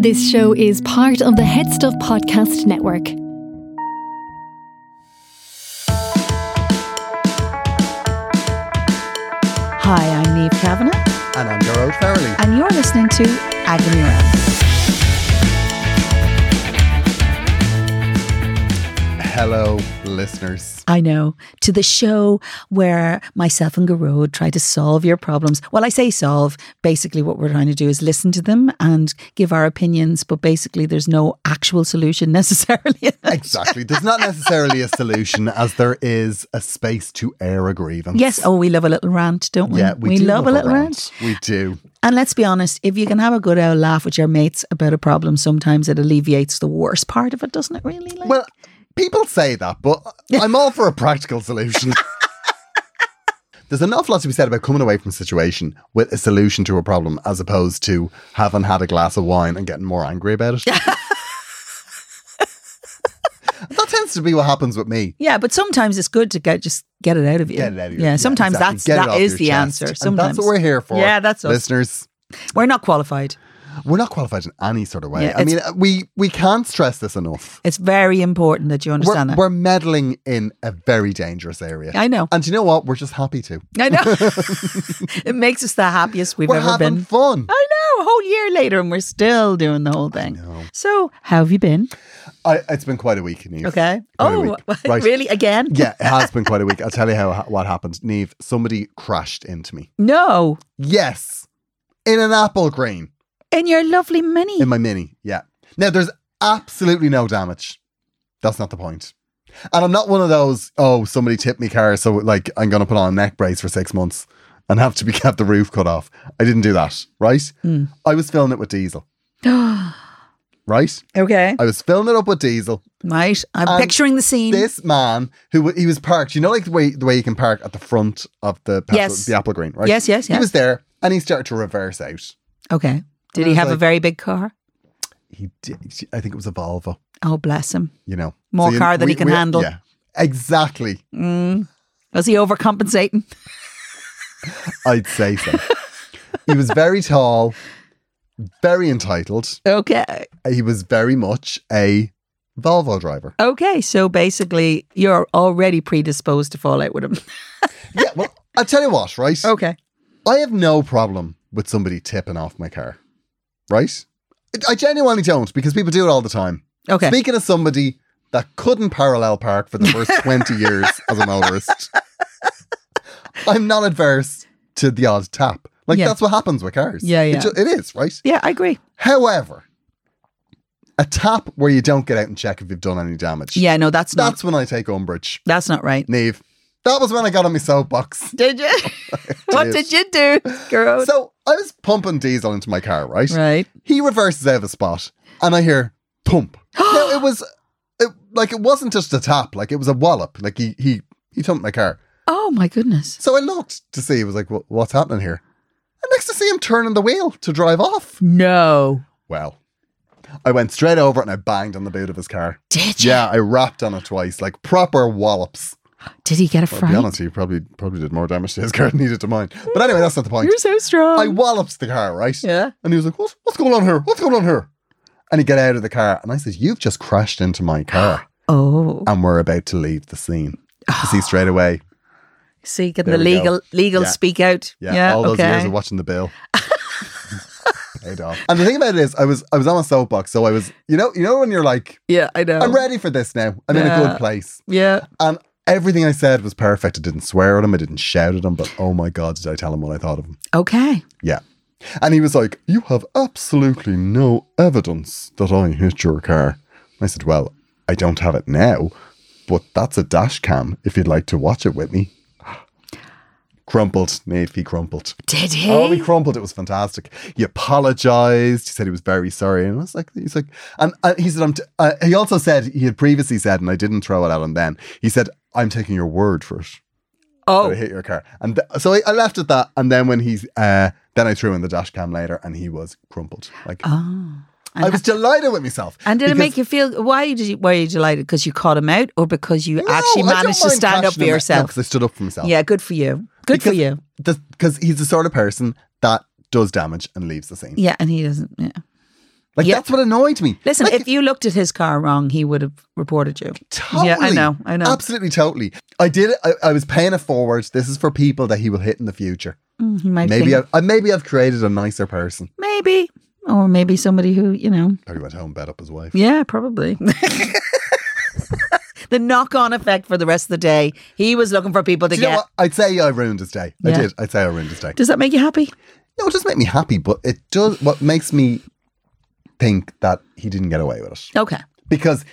This show is part of the Head Stuff Podcast Network. Hi, I'm Neve Kavanagh, And I'm Gerald Farrelly. and you're listening to Agony Round. Hello, listeners. I know, to the show where myself and Garode try to solve your problems. Well, I say solve. Basically, what we're trying to do is listen to them and give our opinions, but basically, there's no actual solution necessarily. Exactly. There's not necessarily a solution as there is a space to air a grievance. yes, oh, we love a little rant, don't we? Yeah, we, do love, a little rant. We do. And let's be honest, if you can have a good old laugh with your mates about a problem, sometimes it alleviates the worst part of it, doesn't it, really? Like, Well, people say that, but I'm all for a practical solution. There's an awful lot to be said about coming away from a situation with a solution to a problem as opposed to having had a glass of wine and getting more angry about it. that tends to be what happens with me. Yeah, but sometimes it's good to get just get it out of you. Get it out of you. Yeah, sometimes exactly. that's Get it that off is your the chest. answer. And Sometimes that's what we're here for. Yeah, that's us. listeners. We're not qualified. We're not qualified in any sort of way. Yeah, I mean, uh, it's- we we can't stress this enough. It's very important that you We're, understand we're meddling in a very dangerous area. that. I know. And you know what? We're just happy to. I know. it makes us the happiest we've we're ever having been. fun. I know. A whole year later, and we're still doing the whole thing. know. So, how have you been? I, it's been quite a week, Neve. Okay. Quite a oh, week. Right. really? Again? Yeah, it has been quite a week. I'll tell you how what happened. Neve, somebody crashed into me. No. Yes. In an apple green. In your lovely mini. In my mini. Yeah. Now, there's absolutely no damage. That's not the point. And I'm not one of those, oh, somebody tipped me car, so like I'm going to put on a neck brace for six months and have to be have the roof cut off. I didn't do that, right? Hmm. I was filling it with diesel, right? okay. I was filling it up with diesel. Right. I'm And picturing the scene. This man who w- he was parked, you know, like the way the way you can park at the front of the petrol, Yes. the apple green, right? Yes, yes, He yes. was there and he started to reverse out. okay. Did And I he was have a like- very big car? He did, I think it was a Volvo. Oh, bless him. you know More you- car than he can handle. Yeah, exactly. Was he overcompensating? I'd say so. he was very tall, very entitled. Okay. He was very much a Volvo driver. Okay. So basically, you're already predisposed to fall out with him. Yeah, well, I'll tell you what, right? Okay. I have no problem with somebody tipping off my car, right? I- I genuinely don't because people do it all the time. Okay. Speaking of somebody that couldn't parallel park for the first 20 years as a motorist, I'm not adverse to the odd tap. Like, Yeah. that's what happens with cars. Yeah, It yeah. ju- it is, right? yeah, I agree. However, a tap where you don't get out and check if you've done any damage. Yeah, no, that's not That's when I take umbrage. that's not right. Neve, that was when I got on my soapbox. Did you? what did you do, girl? So I was pumping diesel into my car, right? Oh. right. He reverses out of a spot, and I hear thump. now it was it, like it wasn't just a tap, like it was a wallop. Like he he he thumped my car. Oh my goodness. So I looked to see. It was like, "Wha- what's happening here? And next to see him turning the wheel to drive off. No. Well, I went straight over and I banged on the boot of his car. Did you? Yeah, I rapped on it twice, like proper wallops. Did he get a I'll fright? be honest, he probably probably did more damage to his car than he did to mine. But anyway, that's not the point. You're so strong. I walloped the car, right? Um, yeah. And he was like, what's, what's going on here? What's going on here? And he got out of the car. And I said, You've just crashed into my car. Oh. And we're about to leave the scene. You see, straight away. See, can There the we go. legal legal Yeah. speak out? Yeah. all those years of watching the bill. paid off. And the thing about it is, I was I was on a soapbox, so I was you know you know when you're like Yeah, I know. I'm ready for this now. I'm in Oh. a Yeah. good place, Yeah. and everything I said was perfect. I didn't swear at him. I didn't shout at him. But oh my god, did I tell him what I thought of him? Okay. Yeah. And he was like, "You have absolutely no evidence that I hit your car." I said, "Well, I don't have it now, but that's a dash cam. If you'd like to watch it with me." Crumpled, Nate. He crumpled. Did he? Oh, he crumpled. It was fantastic. He apologized. He said he was very sorry, and I was like, he's like, and uh, he said, I'm. T- uh, he also said he had previously said, and I didn't throw it out on then. He said, I'm taking your word for it. That I oh. hit your car, and th- so I, I left it that. And then when he's, uh, then I threw in the dash cam later, and he was crumpled. Like Oh. And, I was delighted with myself. and did it because- make you feel? Why did you? Were you delighted because you caught him out, or because you No, actually I don't managed to mind stand up for clashing him out. No, yourself? 'cause I stood up for myself. Yeah, good for you. Good for you. because he's the sort of person that does damage and leaves the scene. Yeah, and he doesn't. Yeah. Like Yeah. that's what annoyed me. Listen, Like, if you looked at his car wrong, he would have reported you. Totally. Yeah, I know. I know. Absolutely, totally. I did. I, I was paying it forward. This is for people that he will hit in the future. Mm, he might Maybe think, I, I maybe I've created a nicer person. maybe, or maybe somebody who you know. Probably went home, and bet up his wife. Yeah, probably. the knock-on effect for the rest of the day. He was looking for people to Do you know get. what? I'd say I ruined his day. I Yeah. did. I'd say I ruined his day. Does that make you happy? No, it does make me happy, but it does. What makes me think that he didn't get away with it Okay, because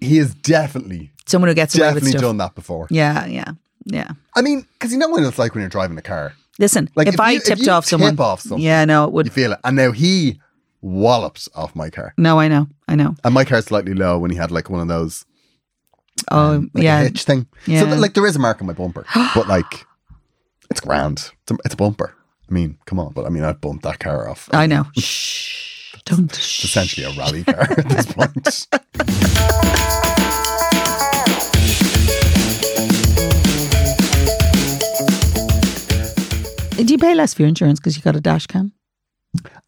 he has definitely someone who gets away with definitely stuff. done that before. Yeah, yeah, yeah. I mean, because you know what it's like when you're driving a car. Listen, Like, if, if I you- if tipped you off someone, tip off something, yeah, no, it would. You feel it, and now he wallops off my car. no, I know, I know. And my car's slightly low when he had like one of those Oh, like a yeah, hitch thing. Yeah. So like there is a mark on my bumper, but like it's grand. It's a, it's a bumper. I mean, come on, but I mean I bumped that car off. I know. Shh, don't. It's Shh. essentially a rally car at this point. Do you pay less for your insurance because you got a dash cam?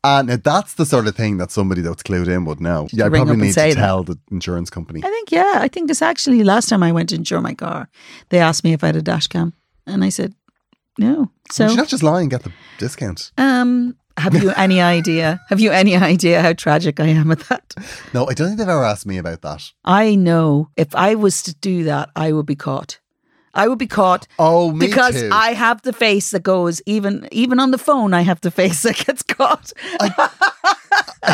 And that's the sort of thing that somebody that's clued in would know. Yeah, I ring up probably and need say to that. tell the insurance company. I think yeah. I think it's actually last time I went to insure my car, they asked me if I had a dash cam, and I said no. Would So you not just lie and get the discount? um, have you any idea? Have you any idea how tragic I am at that? No, I don't think they've ever asked me about that. I know if I was to do that, I would be caught. I would be caught. Oh, me because too. I have the face that goes even even on the phone. I have the face that gets caught.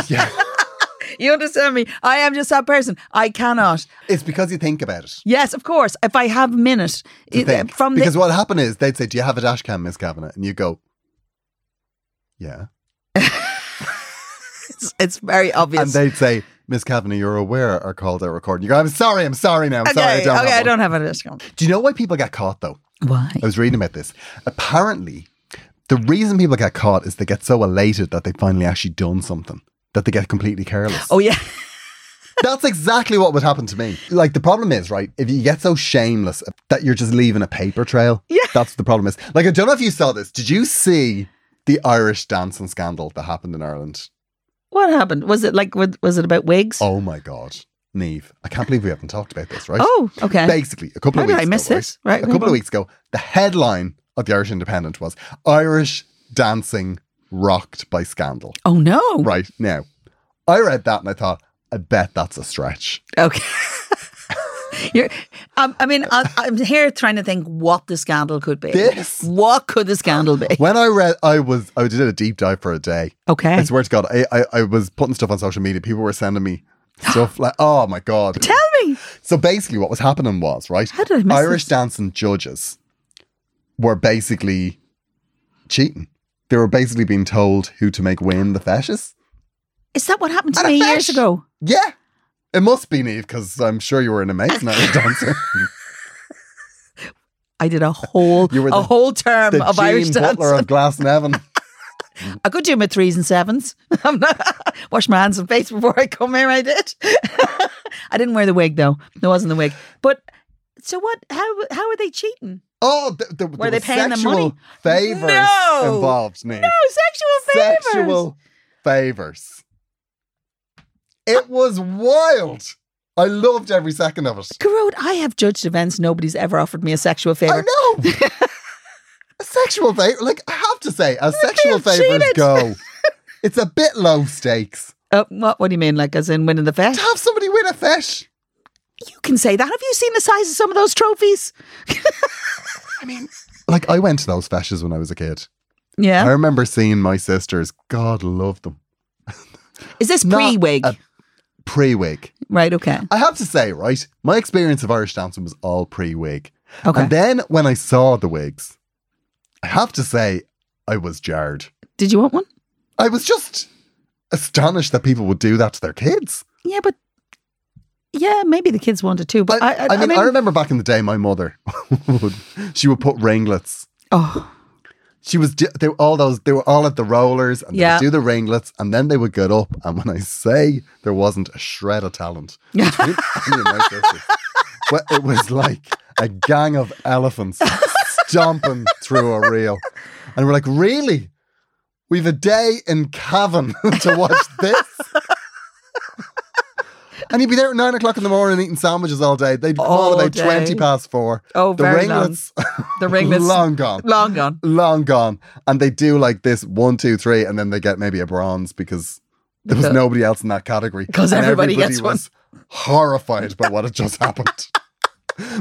yeah. You understand me? I am just that person. I cannot. It's because you think about it. Yes, of course. If I have a minute to it- think. from because the what happened is they'd say, "Do you have a dash cam, Miss Kavanagh?" And you go, "Yeah," it's, it's very obvious. and they'd say, "Miss Kavanagh, you're aware our calls are recording." You go, "I'm sorry, I'm sorry now, I'm okay, sorry, I don't." okay, have I one." don't have a discount. Do you know why people get caught though? Why? I was reading about this. Apparently, the reason people get caught is they get so elated that they finally actually done something that they get completely careless. Oh yeah, That's exactly what would happen to me. Like the problem is, right, if you get so shameless that you're just leaving a paper trail. Yeah. That's what the problem is. Like I don't know if you saw this. Did you see the Irish dancing scandal that happened in Ireland? what happened? Was it like was was it about wigs? Oh my god. Neve, I can't believe we haven't talked about this, right? Oh, okay. Basically, a couple How of did weeks I miss ago, this? Right, A go couple of on. weeks ago, the headline of the Irish Independent was Irish dancing rocked by scandal. oh no. Right now, I read that and I thought, I bet that's a stretch. Okay. You're, um, I mean, I, I'm here trying to think what the scandal could be. This- What could the scandal be? When I read, I was I did a deep dive for a day. Okay. I swear to God, I, I, I was putting stuff on social media. People were sending me stuff like, oh my God. Tell me. So basically, what was happening was, right? How did I miss Irish this? dancing judges were basically cheating. They were basically being told who to make win the fascists. Is that what happened to And a me fish. years ago? Yeah. It must be Neve, because I'm sure you were an amazing Irish dancer. I did a whole You were a the- whole term The of Irish Gene Butler dance. of Glass and Evan. I could do my threes and sevens. I'm not wash my hands and face before I come here. I did. I didn't wear the wig though. There wasn't the wig. But so what? How how are they cheating? Oh, th- th- there they were paying them sexual money? favors No. involved, Neve. Oh, sexual favors. sexual favors. It was wild. I loved every second of it. Garode, I have judged events. Nobody's ever offered me a sexual favor. I know. a sexual favor, like I have to say, as feel sexual favors cheated. go, It's a bit low stakes. Uh, what, what do you mean? Like, as in winning the To vet? have somebody win a fish. You can say that. Have you seen the size of some of those trophies? I mean, like I went to those feshes when I was a kid. I Yeah. remember seeing my sisters. God love them. Is this Uh, Not pre wig? a Pre-wig. right, okay. I have to say, right, my experience of Irish dancing was all pre-wig. Okay. And then when I saw the wigs, I have to say, I was jarred. Did you want one? I was just astonished that people would do that to their kids. Yeah, but yeah, maybe the kids wanted too. But But I, I, mean, I, remember back in the day, my mother would she would put ringlets. oh, She was di- they were all those they were all at the rollers and Yeah. they would do the ringlets and then they would get up and when I say there wasn't a shred of talent between me and my sisters, well, it was like a gang of elephants stomping through a reel, and we're like, really. We've a day in Cavan to watch this. and you'd be there at nine o'clock in the morning eating sandwiches all day. They'd call All about day. 20 past four. Oh, the very long. ringlets, the ringlets long gone. long gone. Long gone. And they do like this one, two, three, and then they get maybe a bronze because there was Because- nobody else in that category. 'Cause And everybody gets one. was horrified by what had just happened.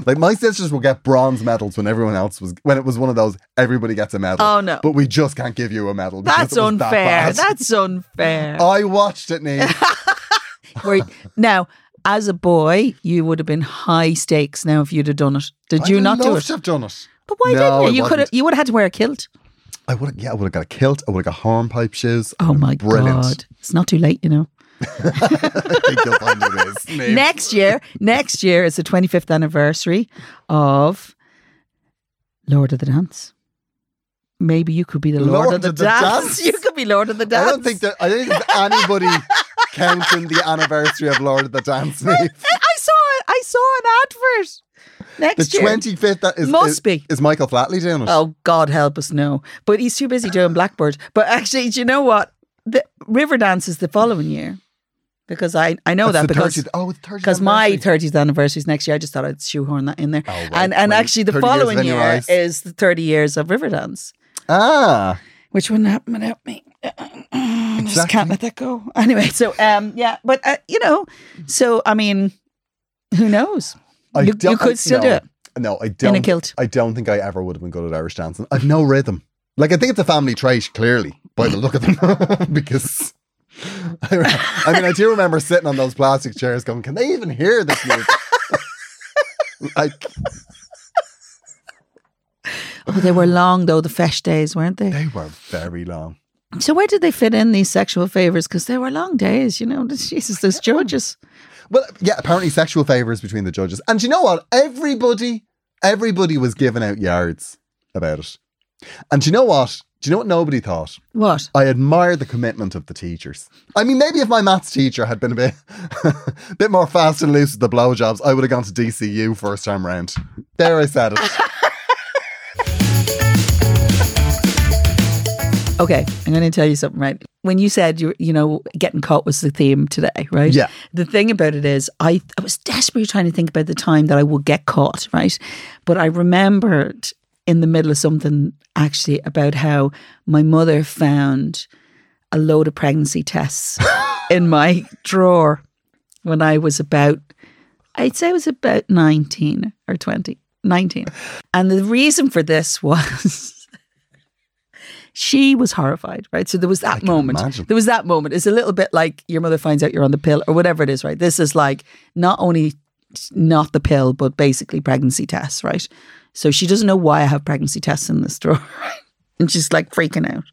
Like my sisters will get bronze medals when everyone else was when it was one of those everybody gets a medal. Oh, no. But we just can't give you a medal. because That's it was that unfair. bad. That's unfair. I watched it, Niamh. Where- now, as a boy, you would have been high stakes. Now, if you'd have done it, did I'd you not do love it? to have done it. But why No, I didn't you? You could have. wasn't. You would have had to wear a kilt. I would. Yeah, I would have got a kilt. I would have got hornpipe shoes. Oh my Brilliant. god! It's not too late, you know. I think you'll find it is. Niamh. Next year, next year is the 25th anniversary of Lord of the Dance. Maybe you could be the Lord, of the, Dance. You could be Lord of the Dance. I don't think there, I don't think there's anybody counting the anniversary of Lord of the Dance. Niamh. I saw it. I saw an advert. The Next year. twenty fifth that is Must is, be. is Michael Flatley doing it. Oh God help us no. But he's too busy doing Blackbird. But actually, do you know what? The Riverdance is the following year. Because I, I know That's that the because 30th oh, it's 30th because my anniversary. Oh, 30th anniversary is next year. I just thought I'd shoehorn that in there. right. And and 20 actually the 30 years of following In Your year Eyes. is the 30 years of Riverdance, ah which wouldn't happen without me. I just Exactly. can't let that go. Anyway, so um yeah, but uh, you know, so I mean, who knows? I you, don't- you could still no, do it. No, I don't. kilt. I don't think I ever would have been good at Irish dancing. I've no rhythm. Like I think it's a family trait, clearly, by the look of them, because. I, re- I mean, I do remember sitting on those plastic chairs, going, "Can they even hear this music?" like Oh, they were long though the fesh days, weren't they? they were very long. So where did they fit in these sexual favors? Because they were long days, you know. Jesus, those judges. Well, yeah, apparently sexual favors between the judges. And you know what? Everybody, everybody was giving out yards about it. And you know what? Do you know what nobody thought? What? I admire the commitment of the teachers. I mean, maybe if my maths teacher had been a bit, bit more fast and loose with the blowjobs, I would have gone to DCU first time round. There, I said it. Okay, I'm going to tell you something. Right, when you said you you know getting caught was the theme today, right? Yeah. The thing about it is, I I was desperately trying to think about the time that I would get caught, right? But I remembered in the middle of something actually about how my mother found a load of pregnancy tests in my drawer when I was about, I'd say I was about 19 or 20, 19. And the reason for this was she was horrified, right? So there was that moment. imagine. There was that moment. It's a little bit like your mother finds out you're on the pill or whatever it is, right? This is like not only not the pill, but basically pregnancy tests, right? So she doesn't know why I have pregnancy tests in this drawer. And she's like freaking out.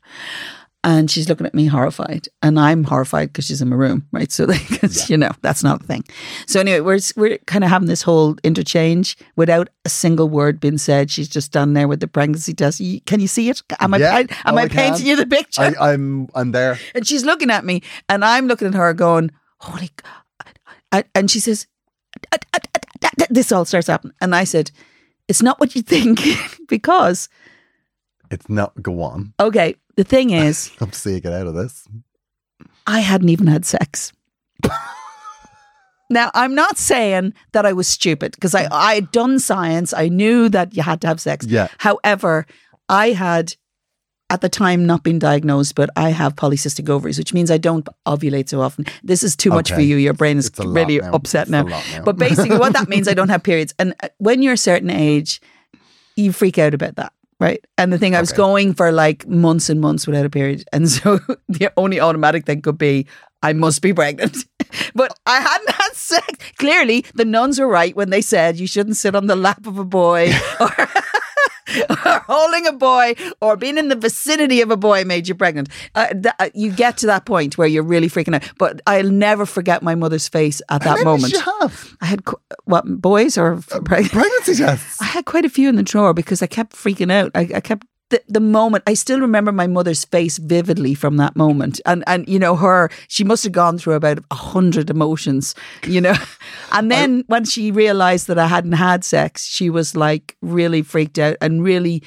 And she's looking at me horrified. And I'm horrified because she's in my room, right? So, like, 'cause, you know, that's not a thing. So, anyway, we're, we're kind of having this whole interchange without a single word being said. She's just done there with the pregnancy test. You- Can you see it? Am I, Yeah. I- am Oh, I, I can. painting you the picture? I, I'm, I'm there. and she's looking at me, and I'm looking at her, going, "Holy!" g- I- And she says, "Uh, uh, uh, uh, uh," "This all starts happening." And I said, "It's not what you think, because It's not. Go on. okay, the thing is, I'm seeing it out of this. I hadn't even had sex." Now, I'm not saying that I was stupid because I, I had done science. I knew that you had to have sex. Yeah. However, I had at the time not been diagnosed, but I have polycystic ovaries, which means I don't ovulate so often. This is too much for Okay. you. Your brain is It's a lot really now. upset It's a now. lot now. But basically, what that means, I don't have periods. And uh, when you're a certain age, you freak out about that. Right. And the thing I was Okay. going for like months and months without a period. And so the only automatic thing could be, I must be pregnant. but I hadn't had sex. Clearly, the nuns were right when they said you shouldn't sit on the lap of a boy or, or holding a boy or being in the vicinity of a boy made you pregnant. Uh, th- uh, you get to that point where you're really freaking out. But I'll never forget my mother's face at that Maybe moment. you have I had qu- what boys or f- preg- pregnancy tests. I had quite a few in the drawer because I kept freaking out. I, I kept the, the moment. I still remember my mother's face vividly from that moment, and and you know her. She must have gone through about a hundred emotions, you know. And then when she realized that I hadn't had sex, she was like really freaked out and really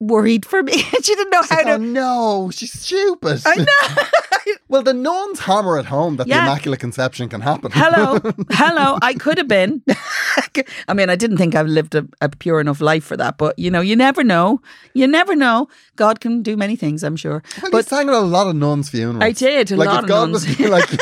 worried for me. she didn't know how Oh to. no, she's stupid. I know. well, the nuns hammer at home that Yeah. the immaculate conception can happen. Hello, hello. I could have been. I mean, I didn't think I've lived a, a pure enough life for that, but you know, you never know. You never know. God can do many things, I'm sure. Well, you but sang at a lot of nuns' funerals. I did, a like lot if of God nuns. was like.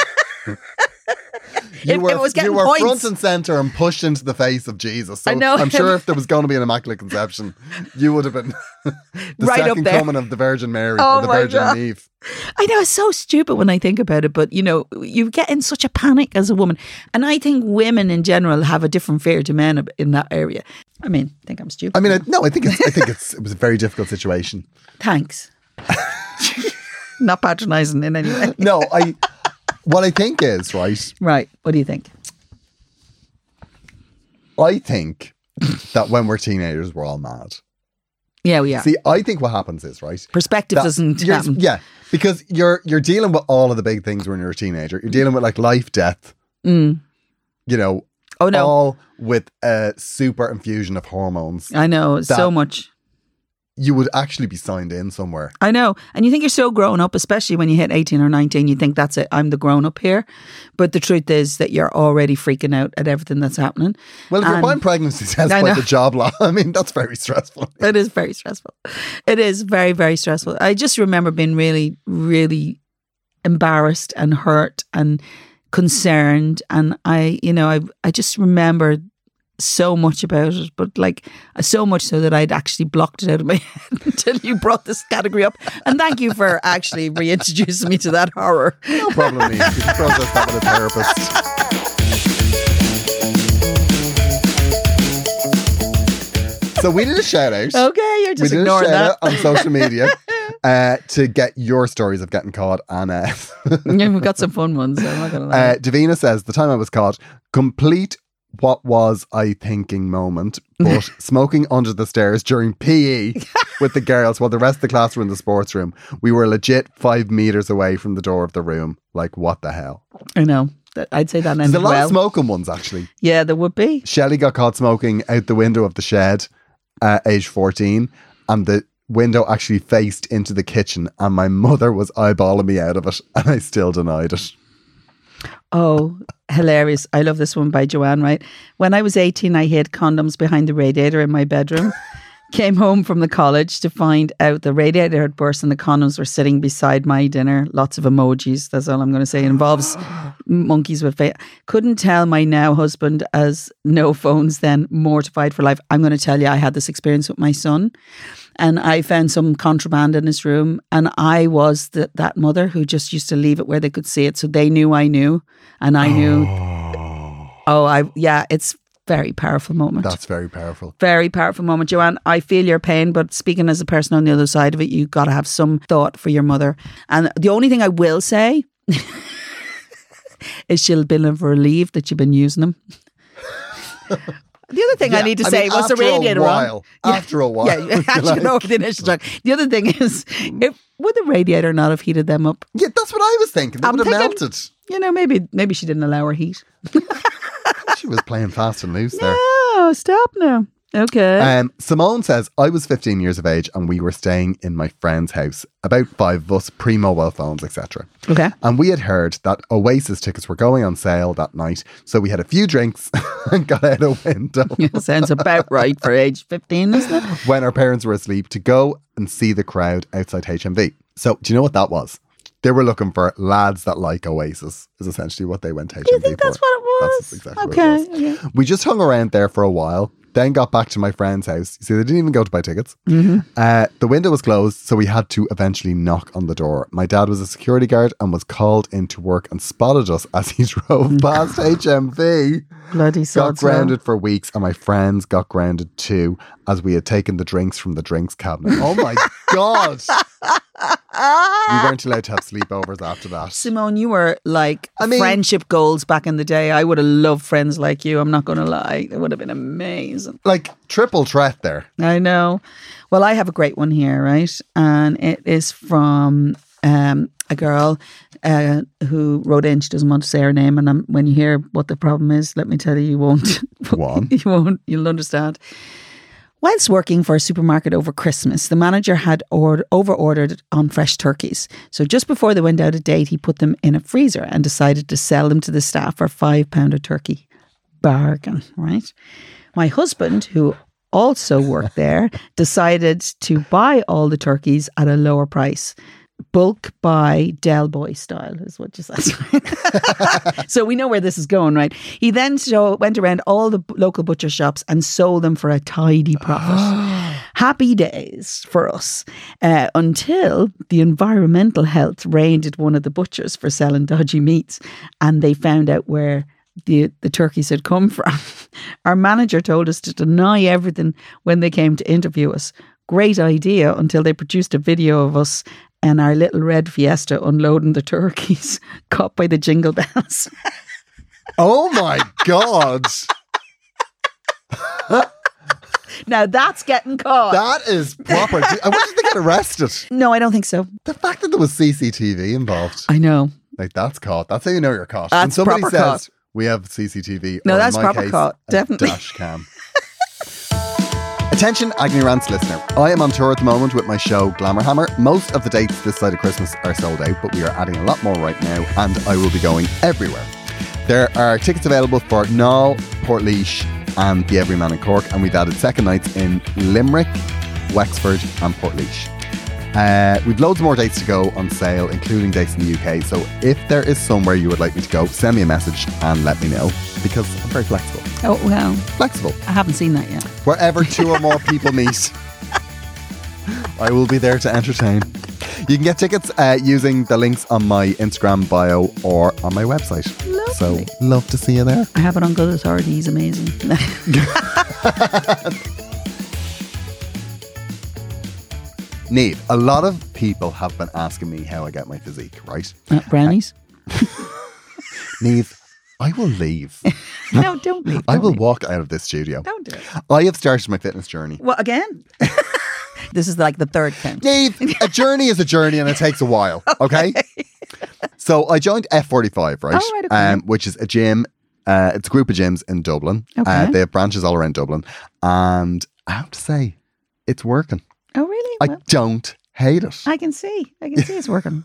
You It- were, it was you getting were points. front and center and pushed into the face of Jesus. So I know. I'm sure if there was going to be an immaculate conception, you would have been the Right up second there. coming of the Virgin Mary Oh or the my Virgin God. Eve. I know it's so stupid when I think about it, but you know, you get in such a panic as a woman. And I think women in general have a different fear to men ab- in that area. I mean, I think I'm stupid. I mean, I, no, I think it's, I think it's it was a very difficult situation. Thanks. Not patronizing in any way. No, I what I think is right. Right. What do you think? I think that when we're teenagers, we're all mad. Yeah, we are. See, I think what happens is right. Perspective that doesn't you're- happen. Yeah, because you're you're dealing with all of the big things when you're a teenager. You're dealing with like life, death. You know. Mm. Oh, no. All with a super infusion of hormones. I know it's so Oh, that- much. You would actually be signed in somewhere. I know. And you think you're so grown up, especially when you hit 18 or 19, you think that's it. I'm the grown up here. But the truth is that you're already freaking out at everything that's happening. Well, if you're And- buying pregnancy tests Um, I by know. the job law, I mean that's very stressful. It is very stressful. It is very, very stressful. I just remember being really, really embarrassed and hurt and concerned. And I, you know, I, I just remember so much about it, but like so much so that I'd actually blocked it out of my head until you brought this category up. And thank you for actually reintroducing me to that horror. No problem. Ian. You can process that with a therapist. So we did a shout out. Okay, you're we Oh, just did a ignoring shout out that. on social media uh, to get your stories of getting caught. And uh, Yeah, we've got some fun ones. I'm not gonna lie. uh, Davina says the time I was caught, complete what was I thinking moment, but smoking under the stairs during PE with the girls while the rest of the class were in the sports room. We were legit five meters away from the door of the room. Like what the hell? I know. That- I'd say that There's a ended lot well. of smoking ones actually. yeah, there would be. Shelley got caught smoking out the window of the shed at age 14, and the window actually faced into the kitchen, and my mother was eyeballing me out of it, and I still denied it. Oh, hilarious. I love this one by Joanne, right? When I was 18, I hid condoms behind the radiator in my bedroom. Came home from the college to find out the radiator had burst and the condoms were sitting beside my dinner. Lots of emojis. That's all I'm going to say. It involves monkeys with face. Couldn't tell my now husband as no phones then, mortified for life. I'm going to tell you, I had this experience with my son and I found some contraband in his room. And I was th- that mother who just used to leave it where they could see it. So they knew I knew, and I knew. Oh, I yeah, it's very powerful moment. That's very powerful. very powerful moment, Joanne. I feel your pain, but speaking as a person on the other side of it, you got to have some thought for your mother. And the only thing I will say is she'll be relieved that you've been using them. the other thing I Yeah, need to I say mean, was the after a radiator on. while- after a while, Yeah, if you actually, like. Mm. no, the initial shock. The other thing is, if, would the radiator not have heated them up? Yeah, that's what I was thinking. They I'm would have thinking- melted. You know, maybe maybe she didn't allow her heat. She was playing fast and loose there. Oh, stop now. Okay. Um, Simone says, I was 15 years of age and we were staying in my friend's house, about five of us, pre mobile phones, etc. okay. And we had heard that Oasis tickets were going on sale that night. So we had a few drinks and got out a window Sounds about right for age 15, isn't it? when our parents were asleep to go and see the crowd outside HMV. So do you know what that was? They were looking for lads that like Oasis, is essentially what they went to HMV You think that's for. what it was? That's exactly what it okay. was. okay. We just hung around there for a while, then got back to my friend's house. You see, they didn't even go to buy tickets. Mm-hmm. Uh, the window was closed, so we had to eventually knock on the door. My dad was a security guard and was called into work and spotted us as he drove past HMV. Bloody Got sods, man. grounded for weeks, and my friends got grounded too, as we had taken the drinks from the drinks cabinet. Oh my god! we weren't allowed to have sleepovers after that. Simone, you were like I mean- friendship goals back in the day. I would have loved friends like you. I'm not going to lie. It would have been amazing. Like triple threat there. I know. Well, I have a great one here, right? And it is from um, a girl uh, who wrote in. She doesn't want to say her name. And um when you hear what the problem is, let me tell you, you won't. One. you won't. You'll understand. Whilst working for a supermarket over Christmas, the manager had ord- over ordered on fresh turkeys. So just before they went out of date, he put them in a freezer and decided to sell them to the staff for five pound a turkey. Bargain, right? My husband, who also worked there, decided to buy all the turkeys at a lower price. Bulk buy Del Boy style is what you said. So we know where this is going, right? He then so went around all the b- local butcher shops and sold them for a tidy profit. Happy days for us uh, until the environmental health raided one of the butchers for selling dodgy meats and they found out where the, the turkeys had come from. Our manager told us to deny everything when they came to interview us. Great idea until they produced a video of us and our little red fiesta unloading the turkeys caught by the jingle bells. Oh my god! now that's getting caught. That is proper. I wish they get arrested. no, I don't think so. The fact that there was CCTV involved, I know. like that's caught. That's how you know you're caught. That's when somebody proper says caught. we have CCTV, No, or in that's my proper case, caught. a Definitely. dash cam. Attention, Agony Rants listener. I am on tour at the moment with my show Glamour Hammer. Most of the dates this side of Christmas are sold out, but we are adding a lot more right now, and I will be going everywhere. There are tickets available for Knoll, Portleash, and the Everyman in Cork, and we've added second nights in Limerick, Wexford, and Portleash. Uh, we've loads more dates to go on sale, including dates in the UK. So if there is somewhere you would like me to go, send me a message and let me know because I'm very flexible. Oh, well, Flexible. I haven't seen that yet. Wherever two or more people meet, I will be there to entertain. You can get tickets uh, using the links on my Instagram bio or on my website. Lovely. So love to see you there. I have it on good authority. He's amazing. Neve, a lot of people have been asking me how I get my physique, right? Uh, brownies? Neve, I will leave. no, don't leave. I don't will leave. walk out of this studio. Don't do it. I have started my fitness journey. Well, again? this is like the third count. Dave, a journey is a journey and it takes a while, okay? so I joined F45, right? Oh, right, okay. um, which is a gym. Uh, it's a group of gyms in Dublin. Uh, Okay. they have branches all around Dublin. And I have to say, it's working. Oh, really? I Well, don't hate it. I can see. I can see it's working.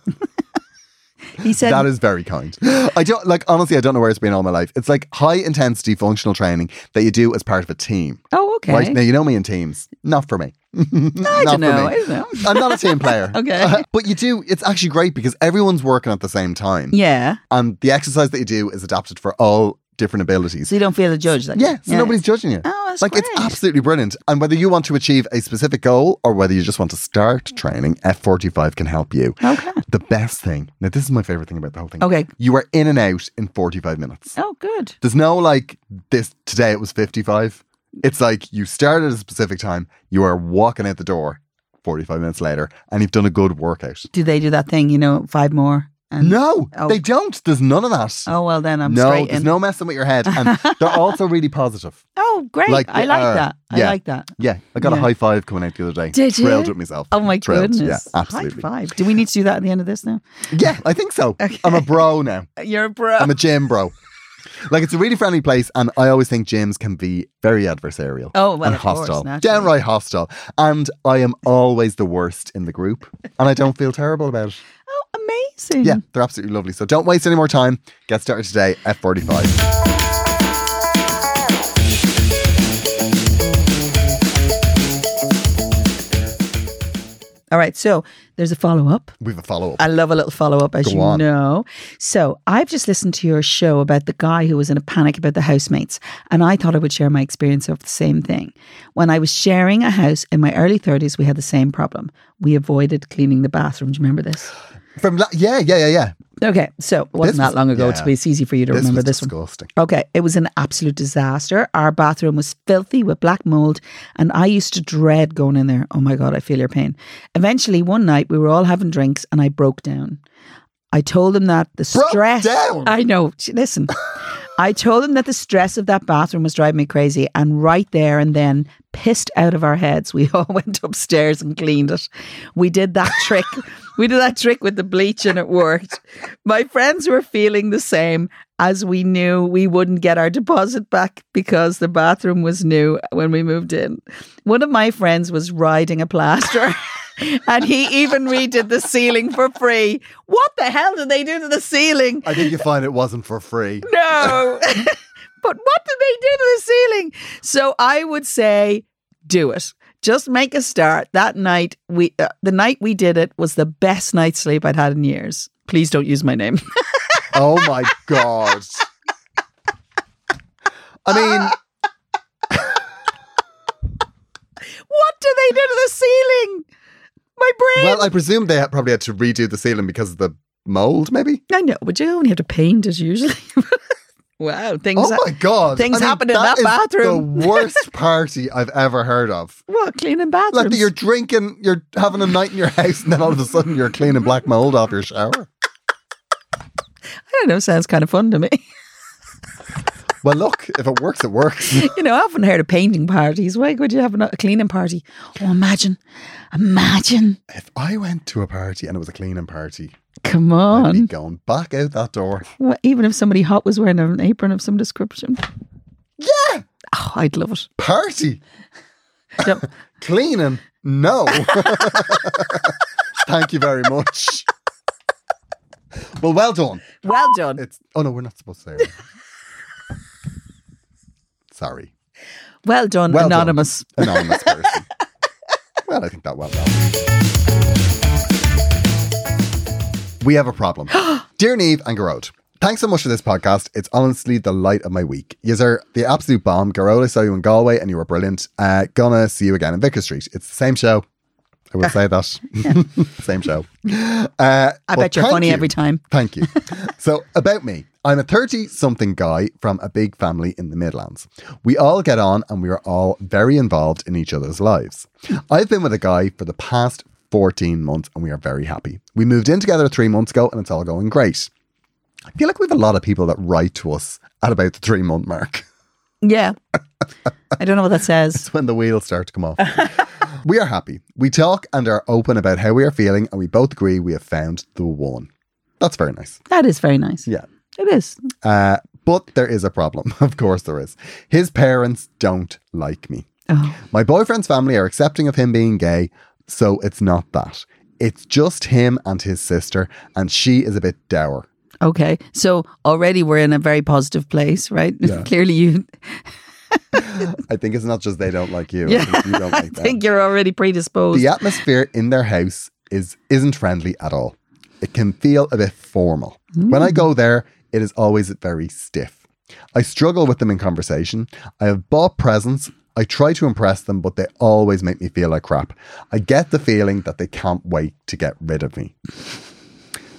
he said, That is very kind. I don't like honestly. I don't know where it's been all my life. It's like high intensity functional training that you do as part of a team. Oh, okay. Right now, you know me in teams. Not for me. I Not don't for know. me. I don't know. I'm not a team player. Uh, Okay. but you do, it's actually great because everyone's working at the same time. Yeah. And the exercise that you do is adapted for all different abilities. So you don't feel a judge then? yeah, so nobody's judging you. Oh, that's like great. it's absolutely brilliant. And whether you want to achieve a specific goal or whether you just want to start training, F45 can help you. Okay. The best thing, now this is my favorite thing about the whole thing. Okay. You are in and out in 45 minutes. Oh, good. There's no like this today it was 55. It's like you start at a specific time, you are walking out the door 45 minutes later, and you've done a good workout. Do they do that thing, you know, five more? And No, Oh. they don't. There's none of that. Oh, well, then I'm no, straight there's in. no messing with your head. And they're also really positive. oh, great. Like I the- like uh, that. I yeah. like that. Yeah, I got Yeah. a high five coming out the other day. Did you? Thrilled with myself. Oh my Thrilled. goodness! Yeah, absolutely. High five. Do we need to do that at the end of this now? Yeah, I think so. I'm a bro now. You're a bro. I'm a gym bro. Like it's a really friendly place, and I always think gyms can be very adversarial. Oh, well, and of course, hostile, naturally. downright hostile. And I am always the worst in the group, and I don't feel terrible about it. Oh, amazing. Yeah, they're absolutely lovely. So don't waste any more time. Get started today at 45. All right. So there's a follow up. We have a follow up. I love a little follow up, as Go you on. know. So I've just listened to your show about the guy who was in a panic about the housemates, and I thought I would share my experience of the same thing. When I was sharing a house in my early 30s, we had the same problem. We avoided cleaning the bathroom. Do you remember this? From la- yeah, yeah, yeah, yeah. Okay, so it wasn't This that was- long ago. yeah. It's, it's easy for you to This remember was this one. disgusting. Okay, it was an absolute disaster. Our bathroom was filthy with black mold, and I used to dread going in there. Oh my God, I feel your pain. Eventually, one night we were all having drinks, and I broke down. I told him that the Broke stress. down? I know. Sh- Listen, I told him that the stress of that bathroom was driving me crazy, and right there and then, pissed out of our heads, we all went upstairs and cleaned it. We did that trick. We did that trick with the bleach, and it worked. My friends were feeling the same. As we knew we wouldn't get our deposit back because the bathroom was new when we moved in. One of my friends was riding a plaster. and he even redid the ceiling for free. What the hell did they do to the ceiling? I think you find it wasn't for free. No. but what did they do to the ceiling? So I would say, do it. Just make a start. That night, we uh, the night we did it was the best night's sleep I'd had in years. Please don't use my name. Oh my god. I mean, what do they do to the ceiling? My brain. well, I presume they had- probably had to redo the ceiling because of the mold, maybe. I know, but you only have to paint it usually. wow, things. Oh my god! things I mean, happened in that is bathroom. The worst party I've ever heard of. What cleaning bathrooms? Like that you're drinking, you're having a night in your house, and then all of a sudden you're cleaning black mold off your shower. I don't know. Sounds kind of fun to me. Well, look, if it works, it works. You know, I haven't heard of painting parties. Why would you have a cleaning party? Oh, imagine. Imagine. If I went to a party and it was a cleaning party, Come I'd be on. going back out that door. Well, Even if somebody hot was wearing an apron of some description. Yeah, Oh, I'd love it. party Don't- cleaning. No, thank you very much. Well, well done. well done. It's oh no, we're not supposed to say. it. Sorry. Well done, Well done. Anonymous. anonymous person. well, I think that went well. We have a problem. Dear Neve and Garode, thanks so much for this podcast. It's honestly the light of my week. You're the absolute bomb. Garode, I saw you in Galway and you were brilliant. Uh, gonna see you again in Vicar Street. It's the same show. I will say that. same show. Uh, I but bet you're thank funny you. every time. Thank you. so, about me, I'm a 30 something guy from a big family in the Midlands. We all get on and we are all very involved in each other's lives. I've been with a guy for the past 14 months and we are very happy. We moved in together three months ago and it's all going great. I feel like we have a lot of people that write to us at about the three month mark. Yeah. I don't know what that says. It's when the wheels start to come off. we are happy. We talk and are open about how we are feeling and we both agree we have found the one. That's very nice. That is very nice. Yeah. It is. Uh, but there is a problem. Of course, there is. His parents don't like me. Oh. My boyfriend's family are accepting of him being gay, so it's not that. It's just him and his sister, and she is a bit dour. Okay. So already we're in a very positive place, right? Yeah. Clearly you I think it's not just they don't like you. Yeah, I think you don't I like them. think you're already predisposed. The atmosphere in their house is isn't friendly at all. It can feel a bit formal. When I go there, it is always very stiff. I struggle with them in conversation. I have bought presents. I try to impress them, but they always make me feel like crap. I get the feeling that they can't wait to get rid of me.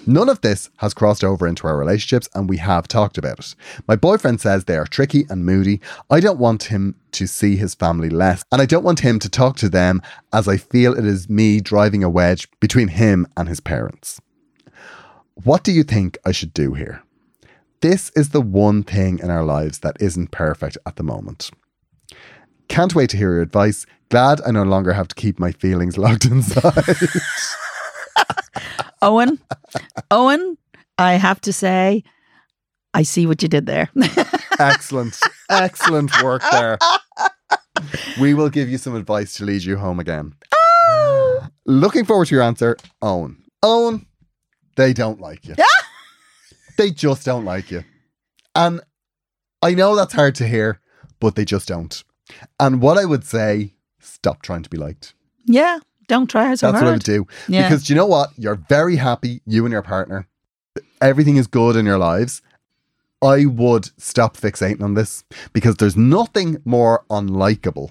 None of this has crossed over into our relationships, and we have talked about it. My boyfriend says they are tricky and moody. I don't want him to see his family less, and I don't want him to talk to them, as I feel it is me driving a wedge between him and his parents. What do you think I should do here? This is the one thing in our lives that isn't perfect at the moment. Can't wait to hear your advice. Glad I no longer have to keep my feelings locked inside. Owen, Owen, I have to say, I see what you did there. Excellent. Excellent work there. We will give you some advice to lead you home again. Oh. Looking forward to your answer, Own. Own, they don't like you. they just don't like you. And I know that's hard to hear, but they just don't. And what I would say, stop trying to be liked. yeah, don't try her so That's what I would hard. do. Yeah. Because do you know what? You're very happy, you and your partner. Everything is good in your lives. I would stop fixating on this because there's nothing more unlikable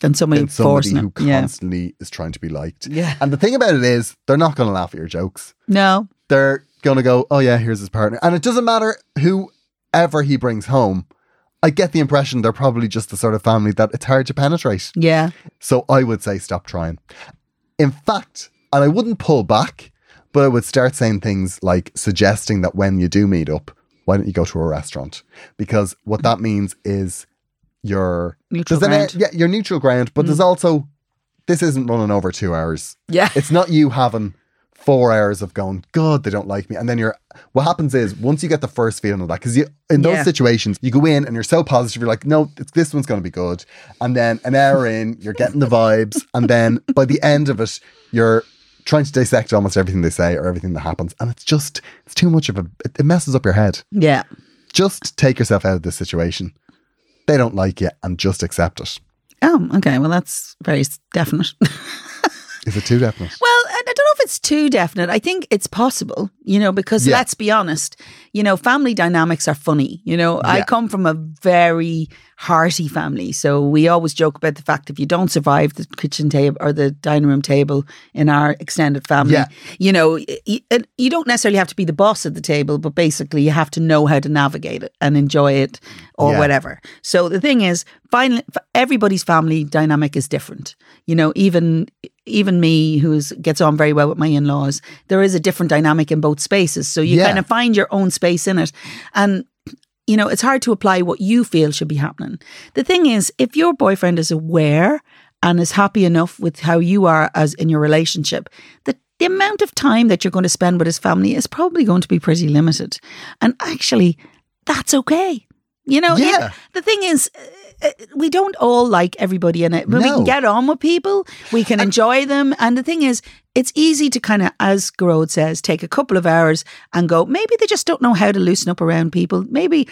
Then somebody than somebody forcing who her. Yeah. constantly is trying to be liked. Yeah. And the thing about it is, they're not going to laugh at your jokes. No. They're going to go, oh, yeah, here's his partner. And it doesn't matter whoever he brings home. I get the impression they're probably just the sort of family that it's hard to penetrate. Yeah. So I would say stop trying. In fact, and I wouldn't pull back, but I would start saying things like suggesting that when you do meet up, why don't you go to a restaurant? Because what that means is your Neutral ground. Mm. yeah, your neutral ground, but there's also this isn't running over two hours. Yeah. It's not you having four hours of going, God, they don't like me. And then you're, what happens is once you get the first feeling of that, because you, in those Yeah. situations, you go in and you're so positive, you're like, no, it's, this one's going to be good. And then an hour in, you're getting the vibes. And then by the end of it, you're trying to dissect almost everything they say or everything that happens. And it's just, it's too much of a, it, it messes up your head. Yeah. Just take yourself out of this situation. They don't like you and just accept it. Oh, okay. Well, that's very s- definite. Is it too definite? Well, I I don't know if it's too definite. I think it's possible, you know, because Yeah. let's be honest, you know, family dynamics are funny. You know, I Yeah. come from a very hearty family. So we always joke about the fact if you don't survive the kitchen table or the dining room table in our extended family, Yeah. you know, y- y- and you don't necessarily have to be the boss at the table, but basically you have to know how to navigate it and enjoy it or Yeah. whatever. So the thing is, finally, f- everybody's family dynamic is different. You know, even even me, who gets on very well with my in laws, there is a different dynamic in both spaces. So you Yeah. kind of find your own space in it, and you know, it's hard to apply what you feel should be happening. The thing is, if your boyfriend is aware and is happy enough with how you are as in your relationship, that the amount of time that you're going to spend with his family is probably going to be pretty limited. And actually, that's okay. You know, it- Yeah. the thing is, uh, uh, we don't all like everybody in it, but we can No. get on with people, we can enjoy them. And the thing is, it's easy to kind of, as Garode says, take a couple of hours and go, maybe they just don't know how to loosen up around people. Maybe,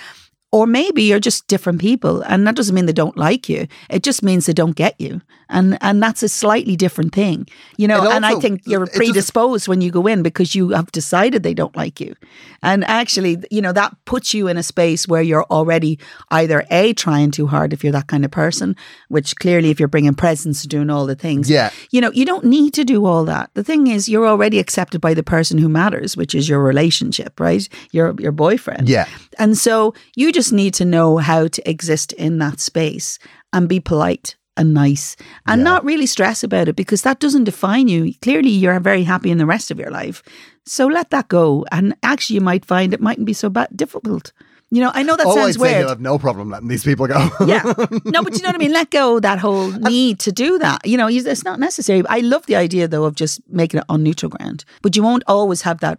or maybe you're just different people. And that doesn't mean they don't like you, it just means they don't get you. And and that's a slightly different thing, you know. It and I also- think you're it just- predisposed when you go in because you have decided they don't like you. And actually, you know, that puts you in a space where you're already either A, trying too hard if you're that kind of person, which clearly, if you're bringing presents and doing all the things, Yeah. you know, you don't need to do all that. The thing is, you're already accepted by the person who matters, which is your relationship, right? Your, your boyfriend. Yeah. And so you just need to know how to exist in that space and be polite and nice and not really stress about it because that doesn't define you. Clearly, you're very happy in the rest of your life. So let that go. And actually, you might find it mightn't be so bad, difficult. You know, I know that oh, I'd sounds say weird. he'll have no problem letting these people go. Yeah. No, but you know what I mean? Let go of that whole need to do that. You know, you- it's not necessary. I love the idea, though, of just making it on neutral ground, but you won't always have that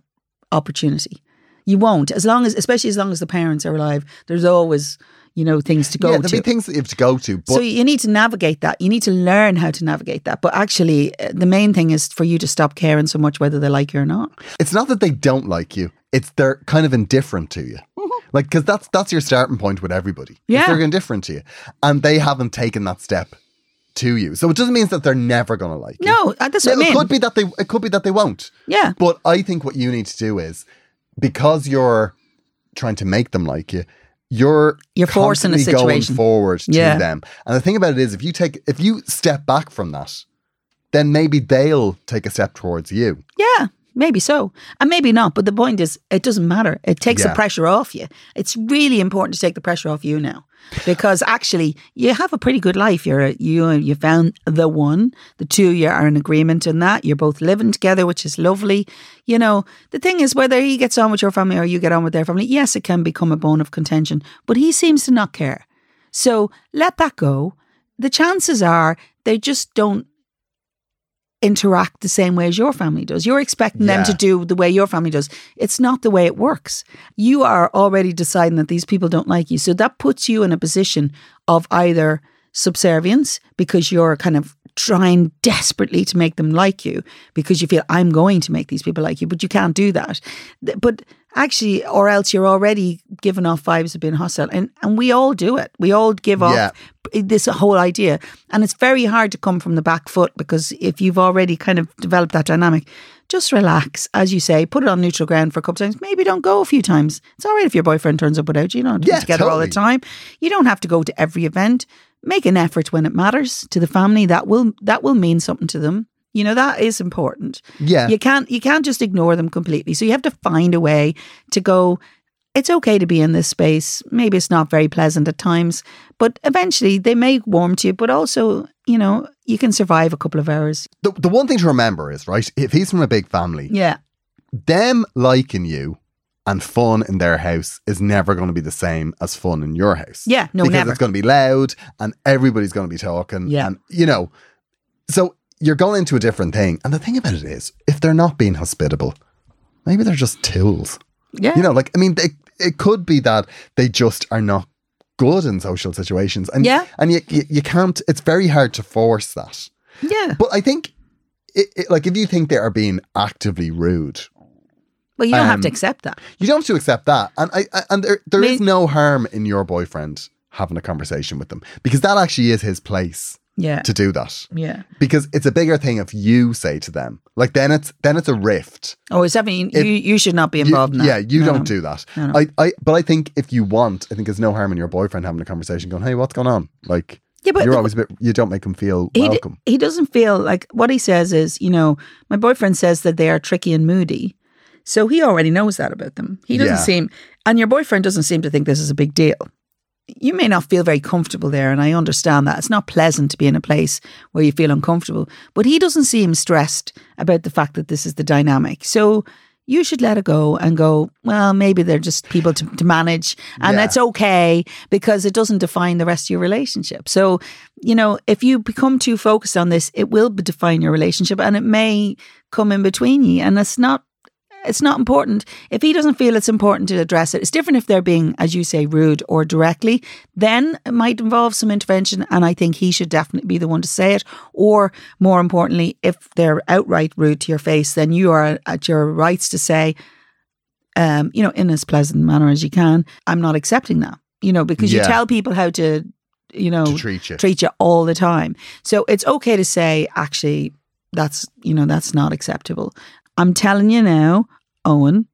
opportunity. You won't, as long as, especially as long as the parents are alive, there's always, you know, things to go yeah, to. there'd be things that you have to go to, but so you need to navigate that. You need to learn how to navigate that. But actually, uh, the main thing is for you to stop caring so much whether they like you or not. it's not that they don't like you; it's they're kind of indifferent to you, like because that's that's your starting point with everybody. is Mm-hmm. Yeah. they're indifferent to you, and they haven't taken that step to you, so it doesn't mean that they're never going to like you. No, uh, that's Yeah, what I it mean. could be that they it could be that they won't. yeah, But I think what you need to do is because you're trying to make them like you, you're You're forcing a constantly situation. going forward to Yeah. them. And the thing about it is, if you take if you step back from that, then maybe they'll take a step towards you. Yeah, maybe so. And maybe not. But the point is, it doesn't matter. It takes the Yeah. pressure off you. It's really important to take the pressure off you now. Because actually, you have a pretty good life. You're a, you you found the one, the two. You are in agreement in that. You're both living together, which is lovely. You know, the thing is, whether he gets on with your family or you get on with their family, yes, it can become a bone of contention. But he seems to not care. So let that go. The chances are they just don't interact the same way as your family does. You're expecting Yeah. them to do the way your family does. It's not the way it works. You are already deciding that these people don't like you. So that puts you in a position of either subservience because you're kind of trying desperately to make them like you because you feel I'm going to make these people like you, but you can't do that. Th- But actually, or else you're already giving off vibes of being hostile. And, and we all do it. We all give off Yeah. this whole idea. And it's very hard to come from the back foot because if you've already kind of developed that dynamic, just relax, as you say, put it on neutral ground for a couple of times. Maybe don't go a few times. It's all right if your boyfriend turns up without you. You don't have to Yeah, be together all the totally. time. You don't have to go to every event. Make an effort when it matters to the family. That will that will mean something to them. You know that is important. Yeah. You can't you can't just ignore them completely. So you have to find a way to go it's okay to be in this space. Maybe it's not very pleasant at times, but eventually they may warm to you, but also, you know, you can survive a couple of hours. The, the one thing to remember is, right, if he's from a big family, Yeah. them liking you and fun in their house is never going to be the same as fun in your house. Yeah, no, because never. it's going to be loud and everybody's going to be talking. Yeah. And, you know, so you're going into a different thing. And the thing about it is, if they're not being hospitable, maybe they're just tools. Yeah. You know, like, I mean, they, it could be that they just are not good in social situations. And, Yeah. And you, you, you can't, it's very hard to force that. yeah. But I think, it, it, like, if you think they are being actively rude, Well, you don't have um, to accept that. you don't have to accept that. And I, I and there there is Me- no harm in your boyfriend having a conversation with them because that actually is his place Yeah. to do that. yeah. Because it's a bigger thing if you say to them, like then it's then it's a rift. Oh, is that mean If- you, you should not be You- involved in that? yeah, you No, don't no. do that. No, no. I, I but I think if you want, I think there's no harm in your boyfriend having a conversation, going, "Hey, what's going on?" Like Yeah, but you're the- always a bit, you don't make them feel he, d- welcome. he doesn't feel like what he says is, you know, my boyfriend says that they are tricky and moody. So he already knows that about them. He doesn't Yeah. seem, and your boyfriend doesn't seem to think this is a big deal. You may not feel very comfortable there, and I understand that. It's not pleasant to be in a place where you feel uncomfortable, but he doesn't seem stressed about the fact that this is the dynamic. So you should let it go and go, well, maybe they're just people to, to manage, and Yeah. that's okay because it doesn't define the rest of your relationship. So, you know, if you become too focused on this, it will define your relationship and it may come in between you. And it's not it's not important. If he doesn't feel it's important to address it, it's different if they're being, as you say, rude or directly, then it might involve some intervention. And I think he should definitely be the one to say it. Or more importantly, if they're outright rude to your face, then you are at your rights to say, um, you know, in as pleasant manner as you can, I'm not accepting that, you know, because Yeah. you tell people how to, you know, To treat you. Oh, treat you all the time. So it's okay to say, actually, that's you know that's not acceptable. I'm telling you now, Owen,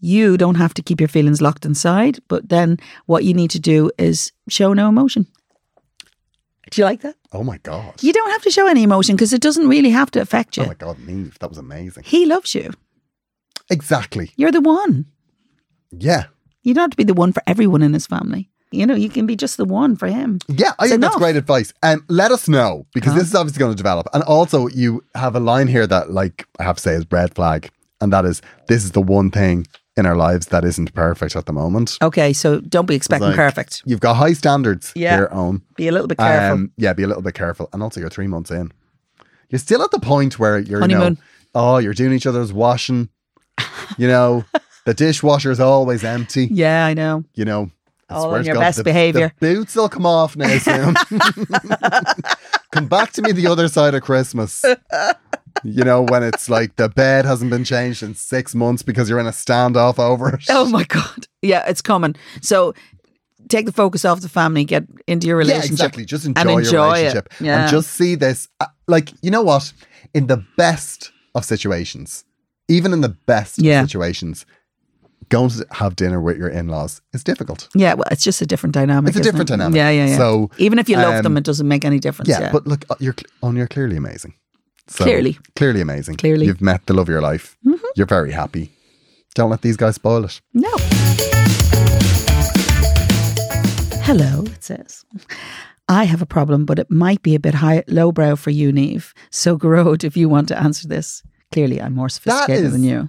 you don't have to keep your feelings locked inside. But then what you need to do is show no emotion. Do you like that? Oh my god! You don't have to show any emotion because it doesn't really have to affect Oh you. my god, Neve, that was amazing. He loves you. Exactly. You're the one. Yeah. You don't have to be the one for everyone in his family. You know, you can be just the one for him. Yeah, I It's think that's enough. Uh-huh. great advice. And um, let us know because this is obviously going to develop. And also, you have a line here that, like, I have to say is red flag, and that is this is the one thing in our lives that isn't perfect at the moment. Okay, so don't be expecting Like, perfect. You've got high standards Yeah. here, own. Um, Be a little bit careful. yeah, be a little bit careful, and also you're three months in. You're still at the point where you're you know, Honeymoon. oh, you're doing each other's washing. You know, the dishwasher's always empty. yeah, I know. you know, I All swear on to your God, best the- behaviour. The boots will come off now soon. come back to me the other side of Christmas. You know, when it's like the bed hasn't been changed in six months because you're in a standoff over it. Oh my god. Yeah, it's common. So take the focus off the family, get into your yeah, relationship. exactly. Just enjoy, and enjoy your it. relationship Yeah. and just see this. uh, Like, you know what? In the best of situations, even in the best Yeah. of situations, going to have dinner with your in laws is difficult. Yeah, well, it's just a different dynamic. It's a isn't different it? dynamic. Yeah, yeah, yeah. So, even if you love um, them, it doesn't make any difference. Yeah, Yeah, but look, uh, you're cl- on. You're clearly amazing. So, Clearly. clearly amazing. Clearly. Mm-hmm. you've met the love of your life. You're very happy. Don't let these guys spoil it. no. Hello, it says. I have a problem, but it might be a bit high lowbrow for you, Neve. So Garode, if you want to answer this, clearly I'm more sophisticated is- than you.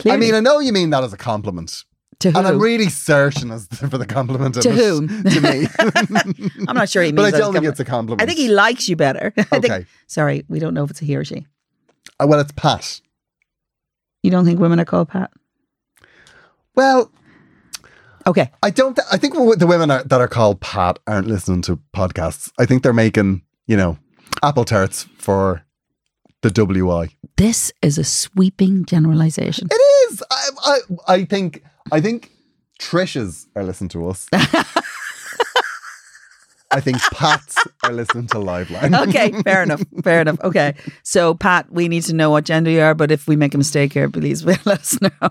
Clearly. I mean, I know you mean that as a compliment, To who? And I'm really certain as for the compliment. in To it. whom? to me. I'm not sure he means but I that as don't think compliment. it's a compliment. I think he likes you better. I think- Okay. sorry, we don't know if it's a he or she. Uh, well, it's Pat. You don't think women are called Pat? Well, Okay. I don't. Th- I think w- the women are, that are called Pat aren't listening to podcasts. I think they're making, you know, apple tarts for the WI. This is a sweeping generalization. It is. I, I, I think. I think Trish's are listening to us. I think Pat's are listening to Liveline. Okay, fair enough. Fair enough. Okay. So, Pat, we need to know what gender you are, but if we make a mistake here, please let us know.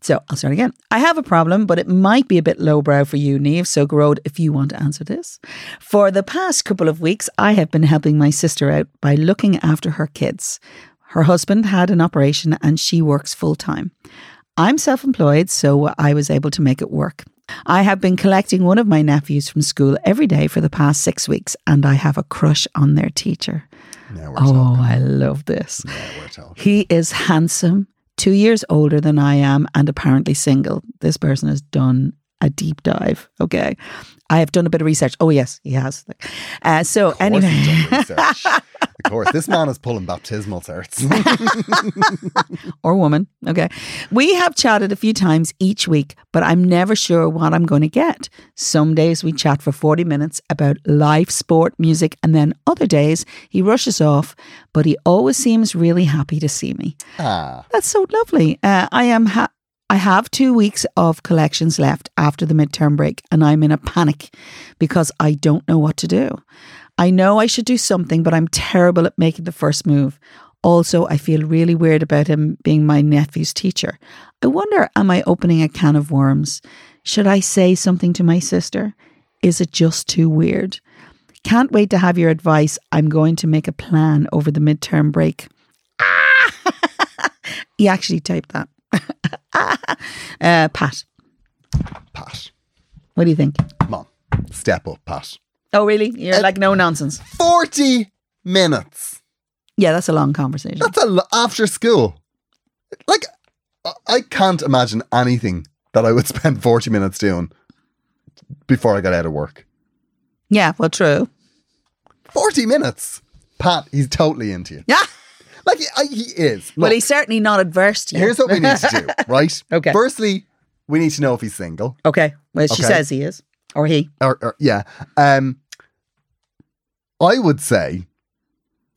So, I'll start again. I have a problem, but it might be a bit lowbrow for you, Neve. So, Garode, if you want to answer this. For the past couple of weeks, I have been helping my sister out by looking after her kids. Her husband had an operation and she works full time. I'm self employed, so I was able to make it work. I have been collecting one of my nephews from school every day for the past six weeks, and I have a crush on their teacher. Now we're talking. Oh, I love this. Now we're talking. He is handsome, two years older than I am, and apparently single. This person has done a deep dive. Okay. I have done a bit of research. Oh, yes, he has. Uh, so, Of course anyway. he's done research. of course, this man is pulling baptismal certs. or woman. Okay. We have chatted a few times each week, but I'm never sure what I'm going to get. Some days we chat for 40 minutes about life, sport, music, and then other days he rushes off, but he always seems really happy to see me. ah, That's so lovely. Uh, I am. Ha- I have two weeks of collections left after the midterm break, and I'm in a panic because I don't know what to do. I know I should do something, but I'm terrible at making the first move. Also, I feel really weird about him being my nephew's teacher. I wonder, am I opening a can of worms? Should I say something to my sister? Is it just too weird? Can't wait to have your advice. I'm going to make a plan over the midterm break. He actually typed that. uh, Pat, Pat, what do you think? mom, step up, Pat. Oh, really? You're like no nonsense. Forty minutes. Yeah, that's a long conversation. That's a lo- after school. Like, I- I can't imagine anything that I would spend forty minutes doing before I got out of work. Yeah, well, true. Forty minutes, Pat. He's totally into you. Yeah. Like he, I- he is. Well, Look, he's certainly not adverse to you. here's what we need to do, right? Okay. Firstly, we need to know if he's single. okay. Well, she Okay. says he is, or he. or, or yeah. Um, I would say,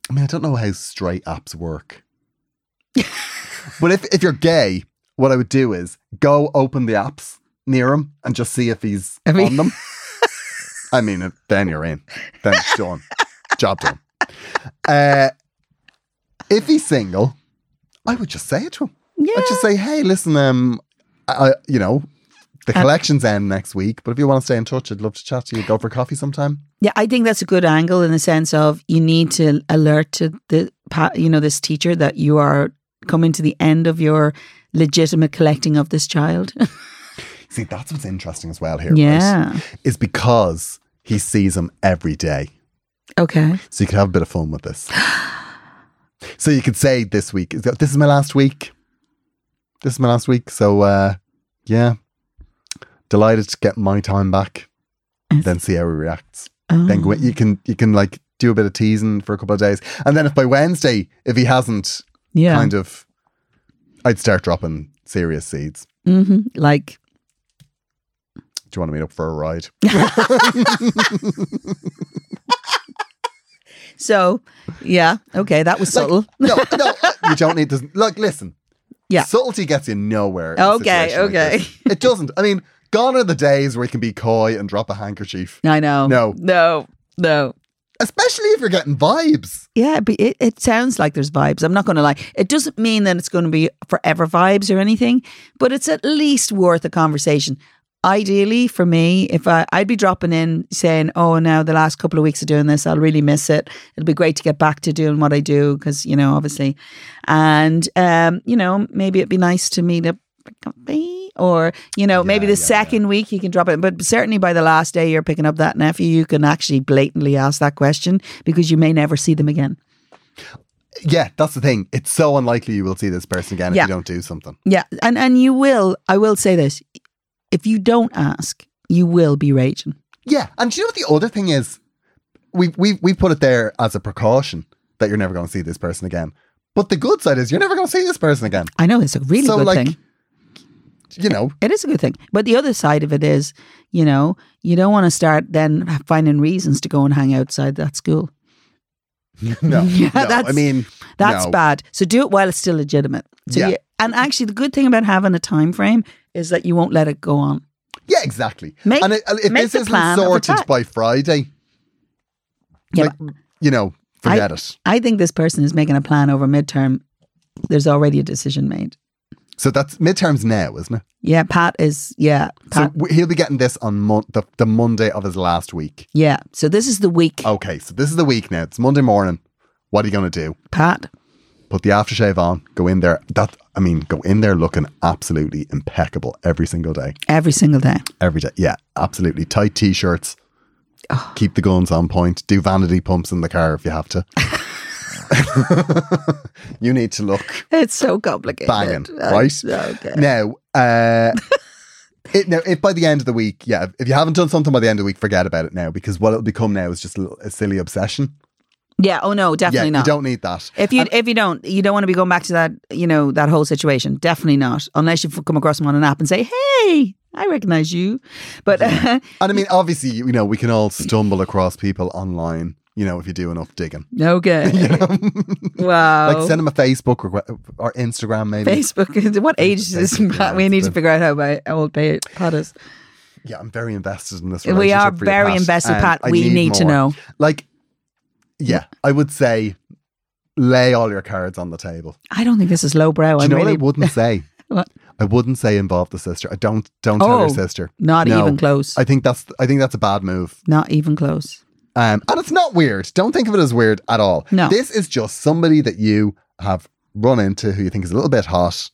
I mean, I don't know how straight apps work, but if if you're gay, what I would do is go open the apps near him and just see if he's I mean- on them. I mean, if- then you're in. Then it's done. Job done. Uh, if he's single, I would just say it to him. Yeah. I'd just say, hey, listen, um, I, I- you know, the collections end next week, but if you want to stay in touch, I'd love to chat to you. Go for coffee sometime. Yeah, I think that's a good angle in the sense of you need to alert to the pa- you know this teacher that you are coming to the end of your legitimate collecting of this child. See, that's what's interesting as well here. right, yeah. Is because he sees him every day. Okay. So you could have a bit of fun with this. so you could say this week, is that- this is my last week. This is my last week. So, uh, yeah, delighted to get my time back. Then see how he reacts. Oh. Then go, you can you can like do a bit of teasing for a couple of days, and then if by Wednesday if he hasn't Yeah. kind of I'd start dropping serious seeds. hmm Like Do you want to meet up for a ride? so. Yeah. Okay. That was subtle. no, no, uh, you don't need to. Like, listen. Yeah. Subtlety gets you nowhere. in a Okay, situation like okay. this. it doesn't. I mean, gone are the days where you can be coy and drop a handkerchief, I know. No. No. No. especially if you're getting vibes. Yeah, but it, it sounds like there's vibes. I'm not going to lie. It doesn't mean that it's going to be forever vibes or anything, but it's at least worth a conversation. Ideally, for me, if I, I'd be dropping in saying, "Oh, now the last couple of weeks of doing this, I'll really miss it. It'll be great to get back to doing what I do because you know, obviously, and um, you know, maybe it'd be nice to meet up." for coffee," Or you know, maybe the yeah, yeah. second week you can drop it, but certainly by the last day you're picking up that nephew, you can actually blatantly ask that question because you may never see them again. yeah, that's the thing. It's so unlikely you will see this person again Yeah. if you don't do something. Yeah, and and you will. I will say this: if you don't ask, you will be raging. Yeah, and do you know what the other thing is? We we we put it there as a precaution that you're never going to see this person again. But the good side is you're never going to see this person again. I know it's a really so good like, thing. you know, It is a good thing, but the other side of it is, you know, you don't want to start then finding reasons to go and hang outside that school. no, Yeah, no, I that's- mean, That's no. bad. So do it while it's still legitimate. So Yeah. you- and actually, the good thing about having a time frame is that you won't let it go on. Yeah, exactly. Make- and it, if make this the isn't plan of sorted attack. by Friday, Yeah, like, you know, forget it. I think this person is making a plan over midterm. There's already a decision made. So that's midterms now, isn't it? Yeah, Pat is. Yeah, So Pat. w- he'll be getting this on mon- the, the Monday of his last week. yeah. So this is the week, Okay, so this is the week now. It's Monday morning. What are you going to do? Pat. Put the aftershave on, go in there. That I mean, go in there looking absolutely impeccable every single day. Every single day. Every day. Yeah, absolutely. Tight t shirts. Oh. Keep the guns on point. Do vanity pumps in the car if you have to. you need to look It's so complicated. banging, Uh, right? Okay. Now, uh, it, now, if by the end of the week, yeah, if- if you haven't done something by the end of the week, forget about it now because what it'll become now is just a, little- a silly obsession. Yeah. Oh no, definitely yeah, not. you don't Uh, need that. if you if you don't, you don't want to be going back to that. You know that whole situation. Definitely not. Unless you've come across them on an app and say, "Hey, I recognize you," but uh, And I mean, obviously, you know, we can all stumble across people online. You know, if you do enough digging, okay. wow. like send them a Facebook requ- or Instagram, maybe. Oh. Facebook. what age is this? Facebook, yeah, we need to it's figure out how my old pa- Pat is. Yeah, I'm very invested in this. We relationship are for you, very Pat, invested, and Pat. I We need to more. know. Like, yeah, I would say lay all your cards on the table. I don't think this is lowbrow. Do you I'm know really what I wouldn't say? What? I wouldn't say involve the sister. I don't don't tell Oh, your sister. not No. even close. I think that's I think that's a bad move. not even close. Um, and it's not weird. Don't think of it as weird at all. No. This is just somebody that you have run into who you think is a little bit hot.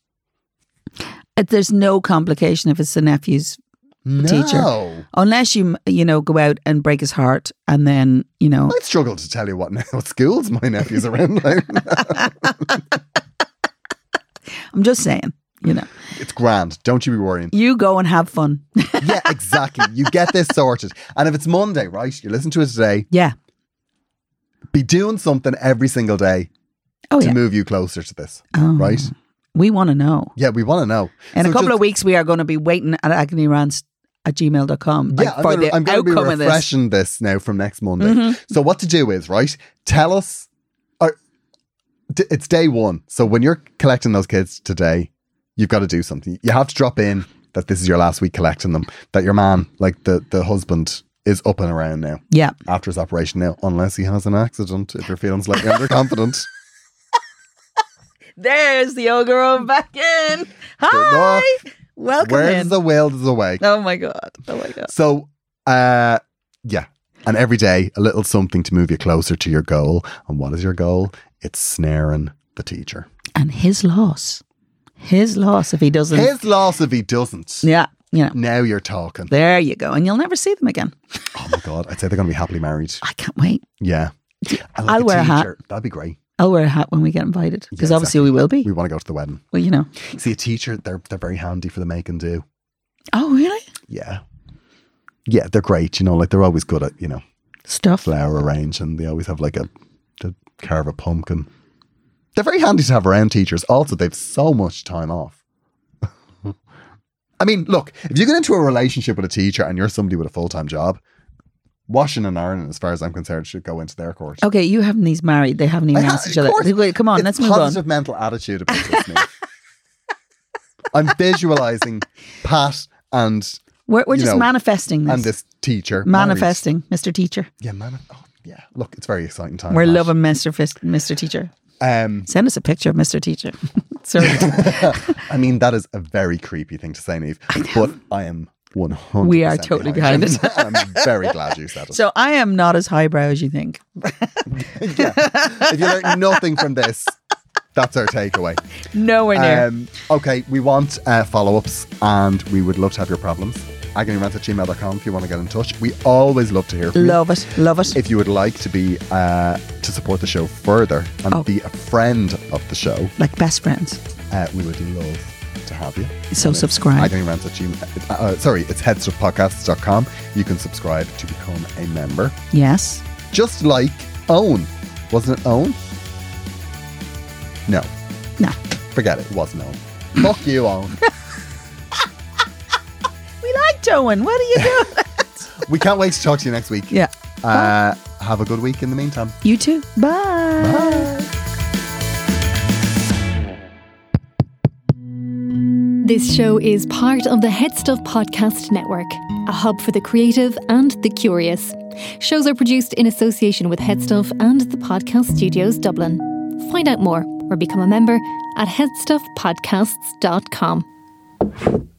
Uh, There's no complication if it's the nephew's No. Teacher. Unless you, you know, go out and break his heart, and then you know, I'd struggle to tell you what, ne- what schools my nephews are in. Like, I'm just saying, you know, it's grand. Don't you be worrying. you go and have fun. Yeah, exactly. You get this sorted. And if it's Monday, right? You listen to it today. yeah. Be doing something every single day Oh to yeah. move you closer to this, Oh. right? We want to know. Yeah, we want to know. In So a couple just- of weeks, we are going to be waiting at agonyrants at gmail.com like, Yeah, for I'm gonna, the I'm gonna be outcome of this. Mm-hmm. refreshing this. now from next Monday. So what to do is right. Tell us. Or, d- it's day one. So when you're collecting those kids today, you've got to do something. You have to drop in that this is your last week collecting them. That your man, like the the husband, is up and around now Yeah. after his operation now, unless he has an accident. If you're feeling slightly underconfident, There's the old girl back in. Hi. look, Welcome where's in. the will, there's a way. oh my God. Oh my God. So, uh, yeah. And every day, a little something to move you closer to your goal. And what is your goal? It's snaring the teacher. And his loss. His loss if he doesn't. His loss if he doesn't. Mm. yeah. You know, Now you're talking. there you go. And you'll never see them again. Oh my God. I'd say they're going to be happily married. I can't wait. Yeah. I like I'll wear a hat. teacher. That'd be great. I'll wear a hat when we get invited because Yeah, obviously exactly. we will be. We want to go to the wedding. well, you know. See, a teacher, they're, they're very handy for the make and do. Oh, really? Yeah. Yeah, they're great. You know, like they're always good at, you know, Stuff. flower arranging. They always have like a, to carve a pumpkin. They're very handy to have around teachers. Also, they've so much time off. I mean, look, if you get into a relationship with a teacher and you're somebody with a full time job, washing and ironing, as far as I'm concerned, should go into their court. Okay, you haven't these married. They haven't I even ha- asked of each other. course. Wait, come on, It's let's move on. positive mental attitude about this. Niamh. I'm visualizing Pat and We're, we're you just know, manifesting this. and this teacher married. manifesting, Mr. Teacher. Yeah, man. Oh, yeah. Look, it's very exciting time. We're Pat. loving Mr. Fis- Mr. Teacher. Um, Send us a picture of Mr. Teacher. Sorry. I mean, that is a very creepy thing to say, Neve. But I am one hundred. We are totally behind it. I'm very glad you said it. so I am not as highbrow as you think. yeah. If you learn nothing from this, that's our takeaway. Nowhere near. Um, okay, we want uh, follow ups, and we would love to have your problems. agonyrant at gmail.com if you want to get in touch. We always love to hear from you. Love it. Love it. If you would like to be uh, to support the show further and Oh. be a friend of the show, like best friends. uh, we would love to have you. So And it's subscribe. agonyrant at gmail. Uh, uh, sorry, it's headstuffpodcasts.com. You can subscribe to become a member. Yes. Just like Own. Wasn't it Own? No, No. forget it. It wasn't Own. Fuck you, Own. We like Joan. What are you doing? We can't wait to talk to you next week. yeah. Uh, have a good week in the meantime. You too. Bye. This show is part of the Head Stuff Podcast Network, a hub for the creative and the curious. Shows are produced in association with Headstuff and the Podcast Studios Dublin. Find out more or become a member at headstuffpodcasts.com.